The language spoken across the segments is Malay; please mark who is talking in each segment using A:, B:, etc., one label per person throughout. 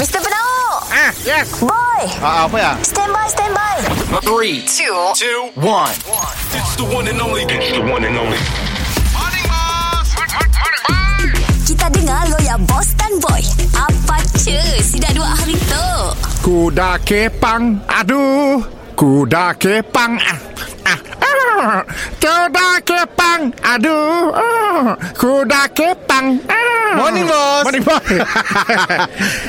A: Mr. Penau
B: Ah, yes.
A: Boy
B: Ah, ah, apa ya?
A: Stand by, stand by
C: Three, two, two, one. It's the one and only. It's the one and only.
A: Kita dengar lo ya boss dan boy Apa cu Sidak dua hari tu
D: Kuda kepang Aduh Kuda kepang ah, ah, ah. Kuda kepang Aduh ah. Kuda kepang ah.
B: Morning, boss.
D: Morning boss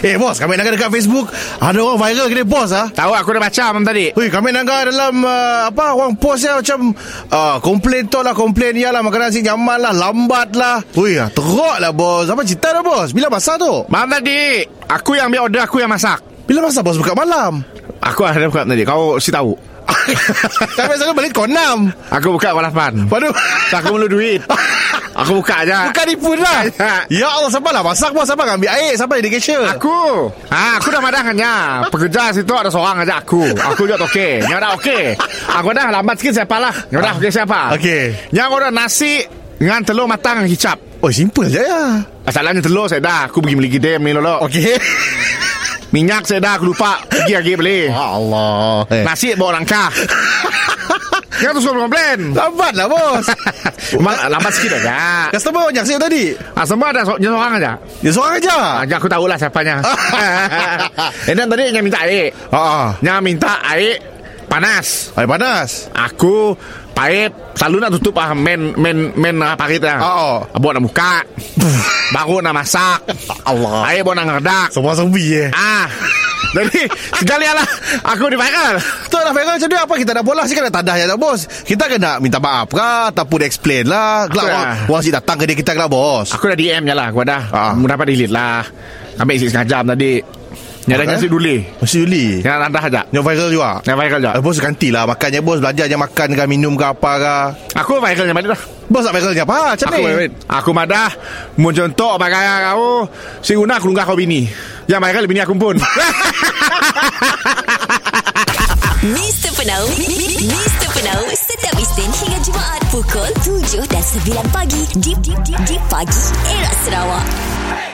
E: Eh bos Kami naga dekat Facebook Ada orang viral kena bos ah.
D: Tahu aku dah baca mam tadi
E: Hui, kami naga dalam uh, apa orang post dia macam uh, komplain tu lah komplain ya lah makanan si nyaman lah lambat lah. Hui, ah, teruk lah bos. Apa cerita dah bos? Bila masa tu?
D: Mam tadi Aku yang ambil order Aku yang masak
E: Bila masa bos buka malam?
D: Aku ada buka tadi Kau si tahu
E: kami selalu balik kau enam.
D: Aku buka kau lapan
E: Waduh.
D: So, Aku perlu duit Aku buka je
E: Bukan tipu dah. ya Allah, siapa lah masak bos? Siapa nak ambil air? Siapa dedication?
D: Aku ha, Aku dah madangnya Pekerja situ ada seorang aja aku Aku juga okey Yang dah okey Aku dah lambat sikit siapa lah Yang dah okey siapa
E: Okey.
D: Yang aku dah nasi Dengan telur matang hicap
E: Oh, simple je ya.
D: Masalahnya telur saya dah Aku pergi beli gidem ni lolo
E: Okey.
D: Minyak saya dah aku lupa Pergi lagi beli
E: Ya Allah. Ah. Eh.
D: Nasi bawa langkah Yang tu suka komplain
E: Lambat lah bos.
D: Lambat, lambat sikit aja
E: Customer banyak siap tadi.
D: ah, Semua ada so- seorang aja
E: Dia seorang aja.
D: ah, Yang aku tahulah siapanya Eh dan tadi yang minta air
E: Ha ah.
D: Yang minta air Panas
E: Air panas.
D: Aku Paip Selalu nak tutup ah Men Men Men ah, parit lah
E: Oo.
D: Buat nak buka Baru nak masak
E: Allah.
D: Air buat nak ngerdak
E: Semua sepi eh.
D: Ah Jadi Sekali lah Aku dipanggil
E: Tu lah Farah macam mana apa kita nak bola sih kan dah tadah ya tak bos. Kita kena minta maaf kah ataupun explain lah. Kelak
D: Apa
E: orang,
D: lah?
E: orang si datang ke dia kita kelak bos.
D: Aku dah DM je lah Aku dah
E: Ah.
D: Mu dapat delete lah Ambil isi setengah jam tadi Nyadanya
E: Apa?
D: si duli
E: Mesti Yuli.
D: Yang randah aja
E: Yang viral juga.
D: Yang viral je
E: Eh, bos gantilah makannya bos belajar je makan ke minum ke apa ke.
D: Aku viral yang balik lah
E: Bos nak viralnya apa? Macam
D: Aku viral Aku madah Mu contoh Pakai kau Si Una aku lunggah kau bini Yang viral bini aku pun
A: Mr. Penau Mi- Mi- Mi- Mr. Penau Setiap Isnin hingga Jumaat Pukul 7 dan 9 pagi Di, di, di, di pagi Era Sarawak